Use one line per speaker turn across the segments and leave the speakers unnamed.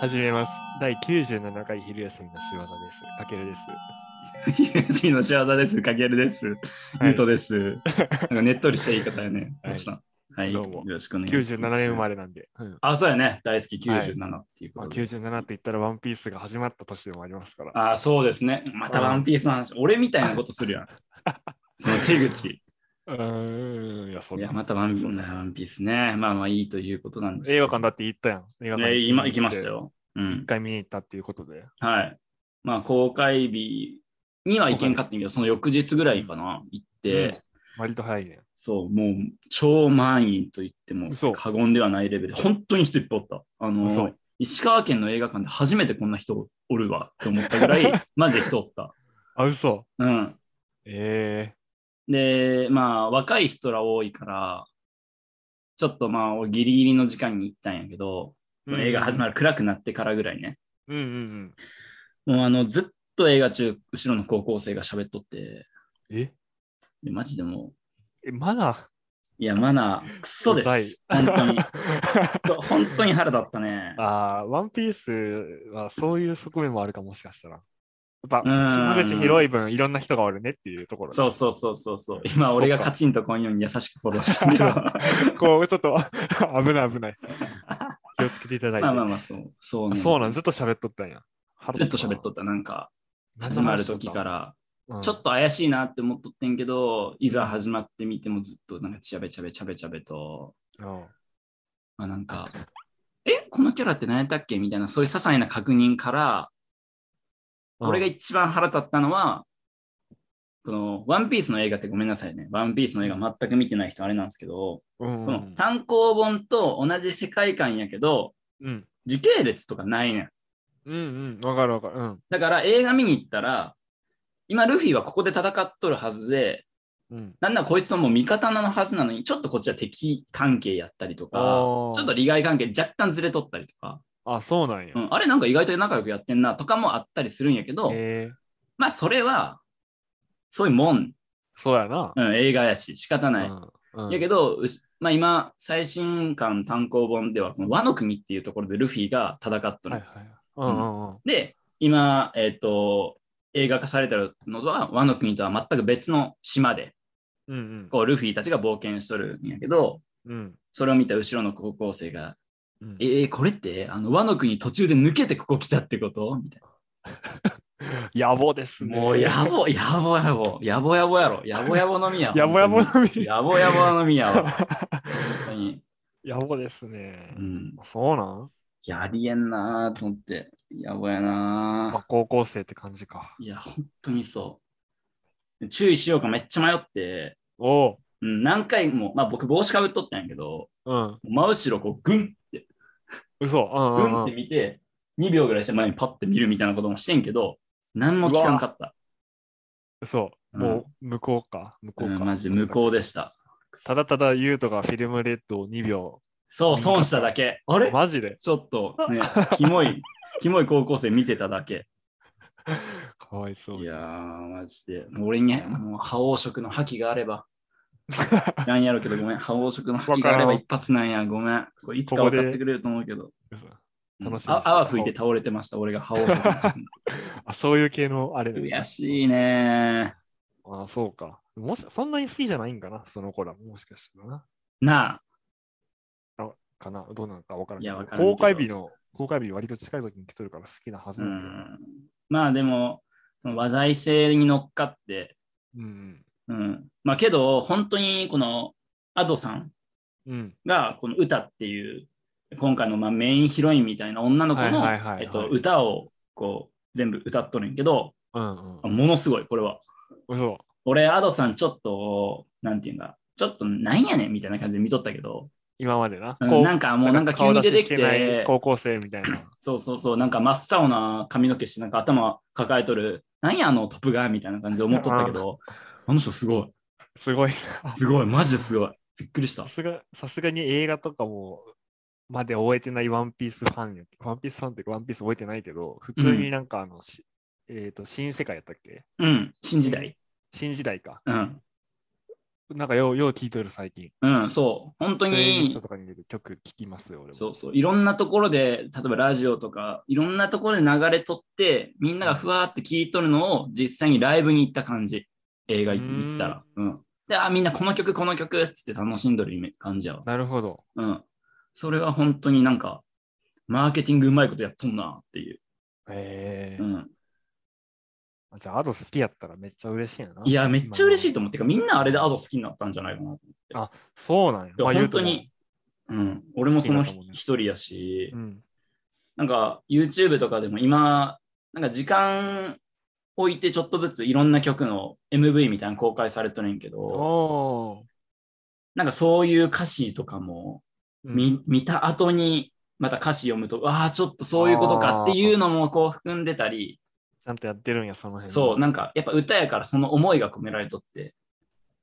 始めます。第97回昼休みの仕業です。かけるです。
昼休みの仕業です。かけるです。
い
ゆう とです。なんかねっとりした言い方よね。
はい
どうしたはい。
どうも
よろしくお願いします。
97年生まれなんで。うん
あ、そうやね。大好き
はい
97っていう
ま
こ
あ、
とで。
97って言ったらワンピースが始まった年でもありますから。
あ、そうですね。またワンピースの話。俺みたいなこと するやん。その手口。
うーん、いや、そ
い
ん
や、
な。
またワン
そんな
ワンピースね。まあまあいいということなんですけど。
映画館だって行ったやん。映画館
えー今行きました。よ。う
一
ん。
回見に行ったっていうことで。
はい。まあ公開日には行けんかったんやけど、その翌日ぐらいかな。行って。
うん割と早いね。
そう、もう超満員と言っても
嘘
過言ではないレベルで、本当に人いっぱいおった。あ
嘘
の、石川県の映画館で初めてこんな人おるわって思ったぐら い、マジで人おった。
あ、嘘。
うん。
え
で、まあ、若い人ら多いから、ちょっとまあ、俺ギリギリの時間に行ったんやけど、
え
その映画始まる暗くなってからぐらいね。
うんうんうん。
もうあの、ずっと映画中、後ろの高校生が喋っとって、
え、
でマジでもう、
えまだ。
いや、マナー、クソで
うざい
す。本当に。そう本当に腹立ったね。
ああ、ワンピースはそういう側面もあるかもしかしたら。やっぱ、
ん
島口広い分、いろんな人がおるねっていうところ。
そうそうそうそうそう。今俺が
そっか
カチンとこんように優しくフォローしたけ ど。
こう、ちょっと 危ない危ない。気をつけていただいて。
まあまあまあそう。そうね
そうなんずっと喋っとったんや。、
ずっと喋っとった。なんか始まる時からら、
うん
ちょっと怪しいなって思っとってんけど、いざ始まってみてもずっとなんかちゃべちゃべちゃべちゃべと、
うん
まあなんか、えこのキャラって何やったっけみたいな、そういう些細な確認から、俺が一番腹立ったのは、このワンピースの映画ってごめんなさいね。ワンピースの映画全く見てない人あれなんですけど、
うん
この単行本と同じ世界観やけど、
うん
時系列とかないねん。
うんうん、わかるわかる。うん。
だから映画見に行ったら、今ルフィはここで戦っとるはずで、
うん、
なんならこいつはもう味方なのはずなのに、ちょっとこっちは敵関係やったりとか、ち
あ
ょ
ー
っと利害関係若干ずれとったりとか、
あ、そうなんや。
うん、あれなんか意外と仲良くやってんなとかもあったりするんやけど、
えー、
まあそれは、そういうもん、
そうやな。
うん、映画やし仕方ない。
うんうん
やけど、うしまあ、今、最新刊単行本では、この和の国っていうところでルフィが戦っとる。
はいはい。うんうんうん。
で、今、えっ、と、映画化されてるのとは、和の国とは全く別の島で、
うんうん。
こう、ルフィたちが冒険しとるんやけど、
うん
それを見た後ろの高校生が、
うん
えー、これって、あの、和の国途中で抜けてここ来たってことみたい
野望ですね。
な。もう、やぼ、やぼやぼ、やぼやぼやろ、やぼやぼのみや。
やぼやぼ
本
の
当に
み。
やぼやぼのみやわ。本当に。
やぼですね
う。ん。
そうなん
いや、ありえんなーと思って、やぼやな
まあ、高校生って感じか。
ーいや、本当にそう。注意しようかめっちゃ迷って、
お
うん、何回も、まあ僕帽子かぶっとったんやけど、
う。うん。
真後ろこうグンって、
嘘。うん
グ
うんう
ンっ
ん
て。見て、2秒ぐらいして前にパッて見るみたいなこともしてんけど、何も聞かんかった。
そう、
うん
もう向こうか、向こ
う
うか。
ん、マジ無効でした。
ただただユートがフィルムレッドを2秒。
そう、損しただけ。あれ
マジで
ちょっとね、キモい、 キモい高校生見てただけ。
かわいそう
い。やー、マジで。もう俺に、もう、覇王色の覇気があれば。なんやろうけど、ごめん。覇王色の覇気があれば
わからん
一発なんや。ごめん。これいつか分かってくれると思うけど。
嘘
うん
楽しみにして
あ泡吹いて倒れてました。俺が覇王色の覇気に。
あ、そういう系のあれね
悔しいね
あ、そうか。もし、そんなに好きじゃないんかな、その子ら。もしかしたらな。
ー。なあ。
かな、どうなのかわから
いや
な
わ
い。
からんけど
公開日の、公開日割と近い時に来とるから好きなはず
う
なんだよ
ん。まあでも、その話題性に乗っかって。
な。うん。
うん。まあけど、本当にこの、アドさん
うん。
が、この歌っていう、今回のまあメインヒロインみたいな女の子の
はいはいはいはい
えっと歌をこう全部歌っとるんやけど、
うん。
あ
うん。
ものすごい、これは。
嘘。
俺、アドさん、ちょっと、なんていうんだ、ちょっとなんやねんみたいな感じで見とったけど、
今までな。
うん
こう
なんかもうなんか急
顔
に
出
出て
し
き
してない
て、
高校生みたいな。
そうそうそう、なんか真っ青な髪の毛して、なんか頭抱えとる、なんやあのトップガーみたいな感じで思っとったけど、あの人すごい、
すごいな。
すごい、マジですごい。びっくりした
さ。すが、さすがに映画とかも、まで終えてないワンピースファンや、ワンピースファンっていうかワンピース覚えてないけど、普通になんかあの、しえっ、と、新世界やったっけ
うん、新時代。
新時代か。
うん。
なんかよう、よう聞いとる最近。
うん、そう。本当
プレイリス
に
ト、とかに出てる曲聞きますよ、俺も。
そうそう。いろんなところで、例えばラジオとか、いろんなところで流れとって、みんながふわーって聞いとるのを実際にライブに行った感じ。映画行ったら。うん。で、あ、みんなこの曲、この曲っつって楽しんどるイメ感じやわ。
なるほど。
うん。それは本当になんか、マーケティングうまいことやっとんなっていう。
ええ
うん。
じゃあ、アド好きやったらめっちゃ嬉しいやな。
いや、めっちゃ嬉しい
い。
と思ってか、みんなあれでアド好きになったんじゃないかな。い
そうなんや。
や
まあ
本当。に、うん。俺もその
好きだ
一
と思うね
一人や
言う
し
と、もうん。
なんか YouTube とかでも今、なんか時間置いてちょっとずついろんな曲の MV みたいなの公開されとるんやけど、
おー
なんかそういう歌詞とかも
うん
見,、見た後にまた歌詞読むと、ああ、ちょっとそういうことかっていうのもこう含んでたり、
ちゃんとやってるんや、その辺。
そう、なんかやっぱ歌やからその思いが込められとって、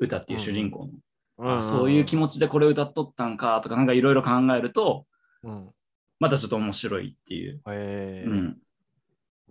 歌っていう主人公の、
うん。
あーそういう気
持ち。
持ちでこれ歌っとったんかとか、なんかいろいろ考えると、
うん。
またちょっと面白いっていう。
ええ
うん、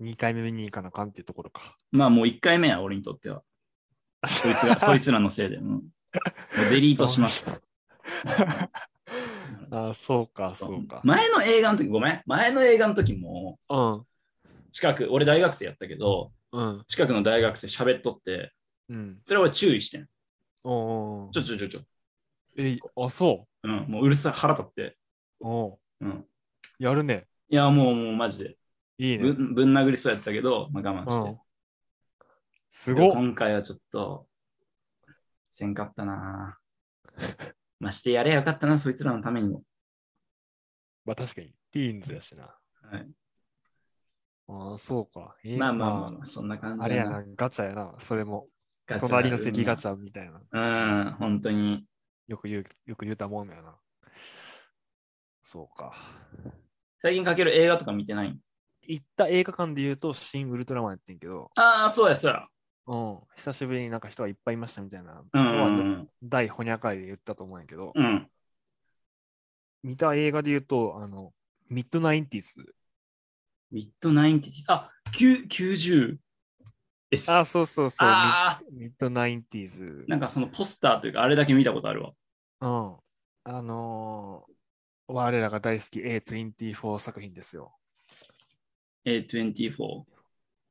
2回目見に行かなあかんっていうところか。
まあもう1回目は俺にとっては。そいつ が、そいつらのせいで。うん、もうデリートしました。
あ、そうか、 そうか。
前の映画の時、ごめん。前の映画の時も、
うん。
近く、俺大学生やったけど、
うん。
近くの大学生喋っとって、
うん。
それ俺注意してん。
おお
ち。ょちょちょちょ。
え、あ、そ
うん、もううるさい、腹立って。
う。おう
うん。
やるね。
いや、もう、もう、マジで。
いい
ぶ
ね。
んぶん殴りそうやったけど、まあ、我慢
う
し
ん
て。。
すごっ
今回はちょっと、せんかったなまあしてやれやよかったな、そいつらのためにも。
まあ確かに、ティーンズやしな。
はい
ああ、そうか。えー
まあまあまあまあ、そんな感じ
まあ
だ
あれやな、ガチャやな。それも、
ガチャ
隣の席ガチャみたいな。
うん、本当に。
よく言う、よく言うたもんやな。そうか。
最近かける映画とか見てない
行った映画館で言うと、新ウルトラマンやってんけど、
ああ、そうや、そうや。
うん、久しぶりになんか人がいっぱいいましたみたいな、
うんうん
大ほにゃかいで言ったと思うんやけど、
うん。うん。
見た映画で言うと、あの、ミッドナインティス。
ミッドナインティあ、9 90。S。
あ、そうそうそう。
あー
ミッドナインティーズ。
なんかそのポスターというか、あれだけ見たことあるわ。
うん。あのー我らが大好き A24 作品ですよ。
A24。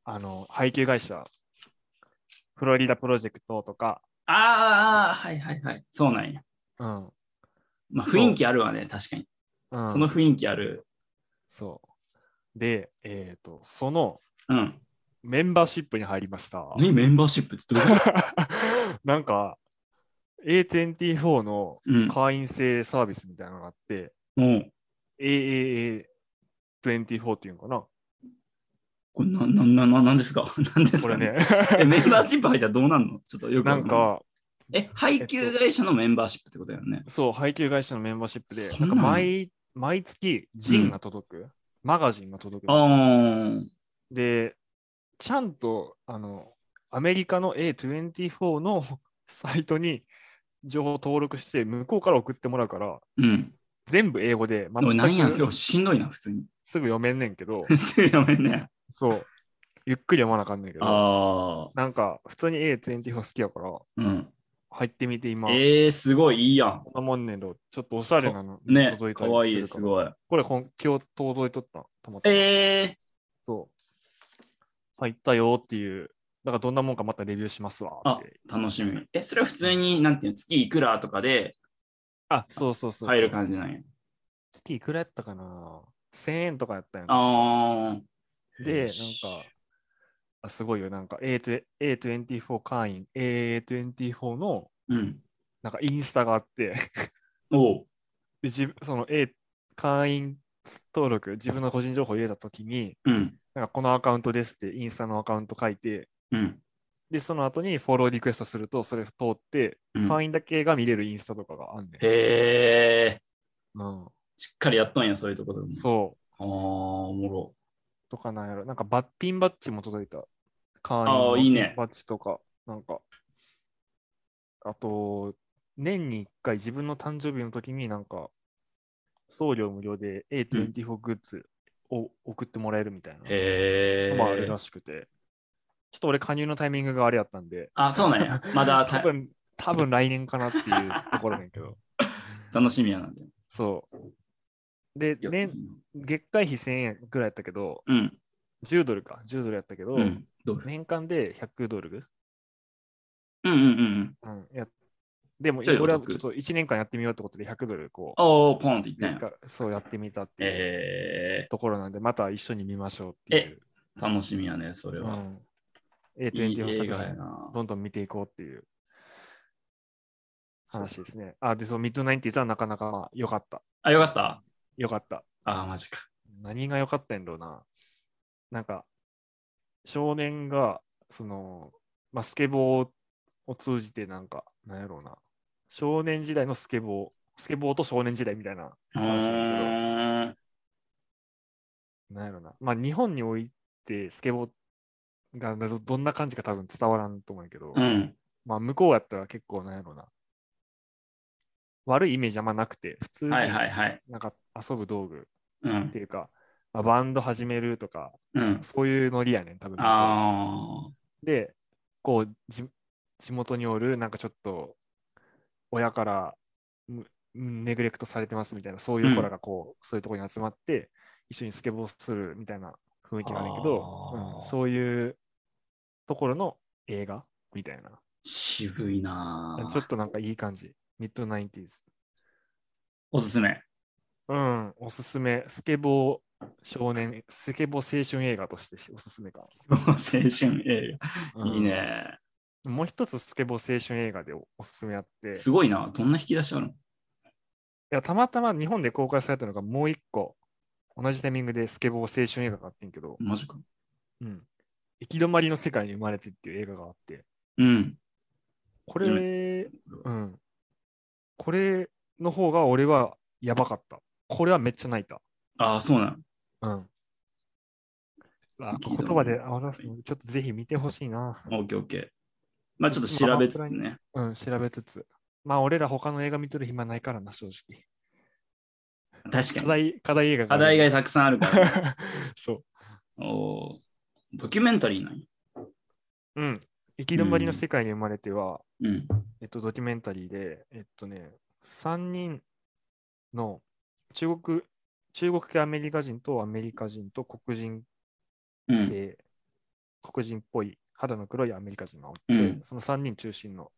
あの、配給会社、フロリダプロジェクトとか、
あーあー、はいはいはい。そうなんや。
うん。
まあ、雰囲気あるわね、確かに。
うん、
その雰囲気ある。
そう。で、えっ、と、その
うん。
メンバーシップに入りました。
何メンバーシップってどういう こと
なんか、A24 の
うん。
会員制サービスみたいなのがあって、
もう、
AAA24 っていうのかな
これな、な、な、ななんですか なんです
こ
か
れね。
え、メンバーシップ入ったらどうなんのちょっとよくわ
なん
んない。
か、
え、配給会社のメンバーシップってことだよね。
そう、配給会社のメンバーシップで、
そ
なんん
な
か
ん
毎毎月、ジンが届く、マガジンが届く。
ああ。
で、ちゃんとあのアメリカの A24 のサイトに情報を登録して、向こうから送ってもらうから、
うん。
全部英語で、
おいなんや、
す
そ
ぐ
れしんどいな、普通に。、
読めんねんけど
すぐやめんね。
そう、ゆっくり読まなあかんねんけど、
ああ。
なんか、普通に A24 好きやから、
うん。
入ってみて今、
えー、すごい、いいやん。
こんなもんねんど、ちょっとおしゃれなの
ね
届い、た
か
り
わいい、
す
す
るから。
ごい。
これ、こん今日届いとった、たまたま。
え
そう。入ったよっていう。だからどんなもんかまたレビューしますわ
ー、
っ
あ
て。、
楽しみ。え、それは普通に、なんていうの、月いくらとかで
あそうそうそうそう。
入る感じなんや。
月いくらやったかな ?1000 円とかやったよ。
ああ。
で、なん
よ
か
し、
あすごいよ。なんか A to A24 会員、A24 の
うん。
なんかインスタがあって、で
おう。
自分その A 会員登録、自分の個人情報を入れたときに、
うん。
なんかこのアカウントですってインスタのアカウント書いて、
うん。
で、その後にフォローリクエストすると、それ通って、
うん
会員だけが見れるインスタとかがあんねん。
へえ、
うん、
しっかりやっとんや、そういうところも。
そ
ああ、おもろ。
う。とかなんやろ。なんかバッピンバッジも届いた。会員
あ
の
あ、いいね。
バッジとか、なんか。あと、年に1回自分の誕生日の時になんか、送料無料で A24 グッズを送ってもらえるみたいな。
へえ。
まあ、あるらしくて。ちょっと俺加入のタイミングがあれやったんで、
あ、そうなんや。まだ
多
た
分多分来年かなっていうところなんやけど。
楽しみやなんで。
そう。で、年、月会費1000円ぐらいやったけど、
うん。
10ドルか、10ドルやったけど、
うん。どう
年間で100ドル、
うんうんうん。
うん、やっでも、
ちょいお得
俺はちょっと1年間やってみようってことで100ドルこう、
おおポンっていったん
なん
や。
かそうやってみたっていう
え
ところなんで、また一緒に見ましょうっていう。
ー、楽しみやね、それ
う
は。
ん、
いい
A24
映
作
画や
品、
な。
どんどん見ていこうっていう話ですね。あ、で、そう、ミッドナインティーズはなかなかまあ良かった。
あ、よかった。
良かった。
あー、マジか。
何が良かったんやろうな。なんか、少年が、その、まあ、スケボーを通じて、なんか、なんやろうな。少年時代のスケボー、スケボーと少年時代みたいな
う
話だ
ーん。
けど、なんやろうな。まあ、日本において、スケボーがどどんな感じか多分伝わらんと思うんやけど、
うん。
まあ、向こうやったら結構、なんやろうな。悪いイメージあんまなくて、普通に
はい
な
はいはい。
んか遊ぶ道具
う
っ
ん
て。いうか、まあ、バンド始めるとか、
うん。
そういうノリやねん、多分。
あ
で、こう、じ地元におる、なんかちょっと、親からむネグレクトされてますみたいな、そういう子らがこう、そういうところに集まって、一緒にスケボーするみたいな雰囲気があるんやけど、
あー
うんそういうところの映画みたいな、
ー、渋いなー。
ちょっとなんかいい感じ、ミッドナインティーズ。
おすすめ。
うん、おすすめ、スケボー少年、スケボー青春映画としておすすめか。
青春映
う
画。
ん
いい。ね。
もう一つスケボー青春映画でおおすすめあって、
すごいな。どんな引き出しあるの
いや、たまたま日本で公開されたのがもう一個、同じタイミングでスケボー青春映画があってんけど、
マジか。
うん。行き止まりの世界に生まれてっていう映画があって、
うん。
こ
初
れ、うん。これの方が俺はやばかった。これはめっちゃ泣いた。
ああ、そうなの。
うん。あ
行
言
き止
葉
まり
で表すので、ちょっとぜひ見てほしいな。
オッケーオッケー。まあちょっと調べつつね。
うん、調べつつ。まあ、俺ら他の映画見てる暇ないからな、正直。
確か
課
に。
題、課題映画が
課
ある
題がたくさんあるから、ね。
そう。
おードキュメンタリーなんや
うん。行き止まりの世界に生まれては、
うん。
えっと、ドキュメンタリーで、えっとね、3人の中国、中国系アメリカ人とアメリカ人と黒人
うん。
系、黒人っぽい肌の黒いアメリカ人がおって、
うん
その3人中心の。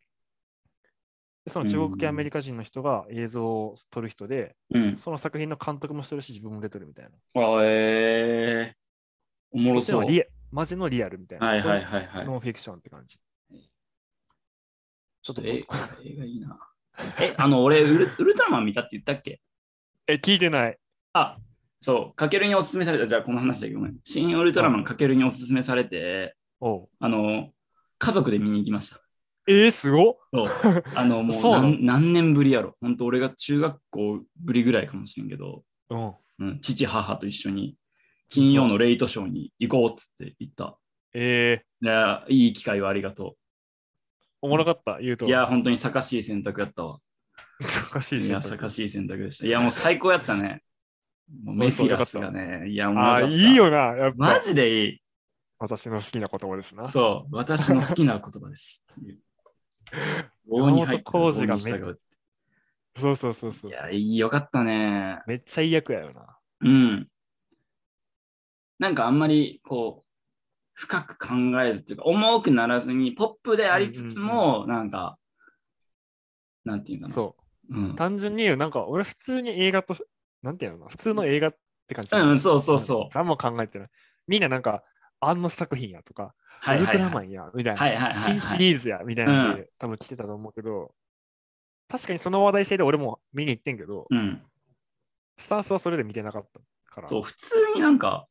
でその中国系アメリカ人の人が映像を撮る人で、
うん。
その作品の監督もしてるし、自分も出てるみたいな。
あーえー。おもろ
で
そう。
も
はい
リアマジのリアルみたいな。
はいはいはい。
ノンフィクションって感じ。ちょっと
え映画いいな。え、あの、俺ウル、ウルトラマン見たって言ったっけ
え、聞いてない。
あ、そう、かけるにおすすめされた。じゃあ、この話だけどね。新ウルトラマンかけるにおすすめされて、
おう
あの、家族で見に行きました。
えー、すごっ
そう。あの、もう
そうなの
何何年ぶりやろ。本当俺が中学校ぶりぐらいかもしれんけど、
うん。
うん、父、母と一緒に金曜のレイトショーに行こうっつって行った。
えー、
いや、いい機会をありがと
おもろかった、言う
う。
と。
いや、、本当に坂しい選択やったわ。
おかしい
い
し。
や、坂しい選択でした。いや、もう最高やったね。もうメフィラスがね、いや、もうよか
あ
った
ー、いい。よな、やっぱ。
マジでいい。
私の好きな言葉ですな。
そう、私の好きな言葉 です。棒に入っ
山本
て
浩二がめ
棒に従うって
そうそうそうそう
いや、いいよかったね。
めっちゃいい役やよな。
うん。なんかあんまりこう、深く考えずっていうか、重くならずに、ポップでありつつも、なんか、なんていうんだろ。
そう
うん
う。、単純に言う、なんか俺普通に映画と、なんていうのかな、普通の映画って感じ。
うん、そうそうそう。
何も考えてない。みんななんか、あの作品やとか、
は
ウ
い
ル
は
ト
い
ラ
は
マ
い。
ンや、みたいな。
はいはいはいは
新
い
シリーズや、みたいなんで、多分来てたと思うけど、確かにその話題性で俺も見に行ってんけど、
うん。
スタンスはそれで見てなかったから。
そう、普通になんか、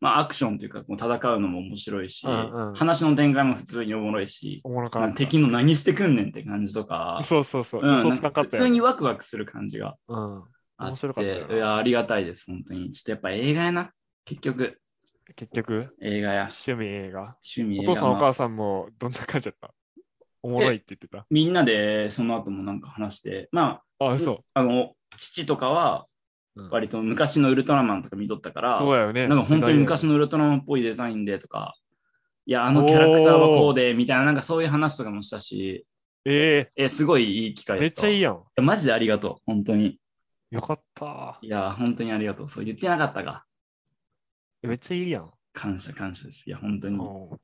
まあ、アクションというか、こう戦うのも面白いし、
うんうん
話の展開も普通におもろいし、
おもろかっ
まあ
た。
敵の何してくんねんって感じとか、
そうそうそう。
うん
嘘つかんかったよ
普通にワクワクする感じが
うん。
あって、
面白かったよない
や、ありがたいです、本当に。ちょっとやっぱ映画やな、結局、
結局、
映画や、
趣味映画。
趣味
お
映
父
画
さんお
まあ
母さんもどんな感じだったおもろいって言ってた。
みんなでその後もなんか話して、ま
あ、
あ、
嘘。
あの父とかは
うん
割と昔のウルトラマンとか見とったから、
そうやよね。
なんか本当に昔
の。
のウルトラマンっぽいデザインでとか、いや、あのキャラクターはこうでみたいな、なんかそういう話とかもしたし、
え
え、すごいいい機会
え
だ
めっちゃいい
い
やん。
や。マジでありがとう。本当に。
よかった。
いや、本当にありがとう。そう言ってなかったが。
めっちゃいいやん。
感謝、感謝です。いや、本当に。
うん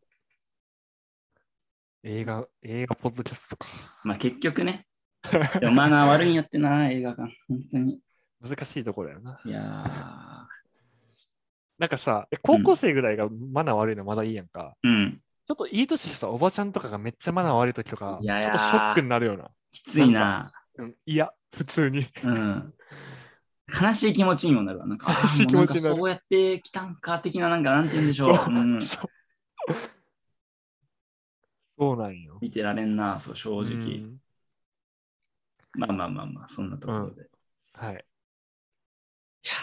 映画、映画ポッドキャストか。
まあ結局ね。でもマナー悪いんやってな、映画館。本当に。
難しいとこだよな。
いやー
なんかさ、え高校生ぐらいがマナー悪いのまだいいやんか。
うん。
ちょっといい年したおばちゃんとかがめっちゃマナー悪い時とか、
いやい
ちょ
や
っとショックになるような。
きついな。
うん、いや、普通に。
うん。悲しい気持ちにもなるわ。なんか、
悲しい気持ちになる
あーもうなんかそうやってきたんか、的な、なんか、なんて言うんでしょう。
そう
う ん、
そうそうなんよ。
見てられんな、そう、正直。
うん
まあまあまあまあ、そんなところで。
はい。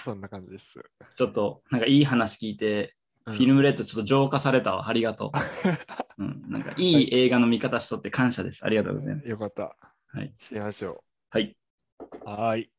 そんな感じです。
ちょっと、なんかいい話聞いて、
うん
フィルムレッドちょっと浄化されたわ。ありがと う。うん、なんかいい映画の見方しとって感謝です。ありがとうございます。
よかった。
はい。
しましょ
はい。
う。はーい。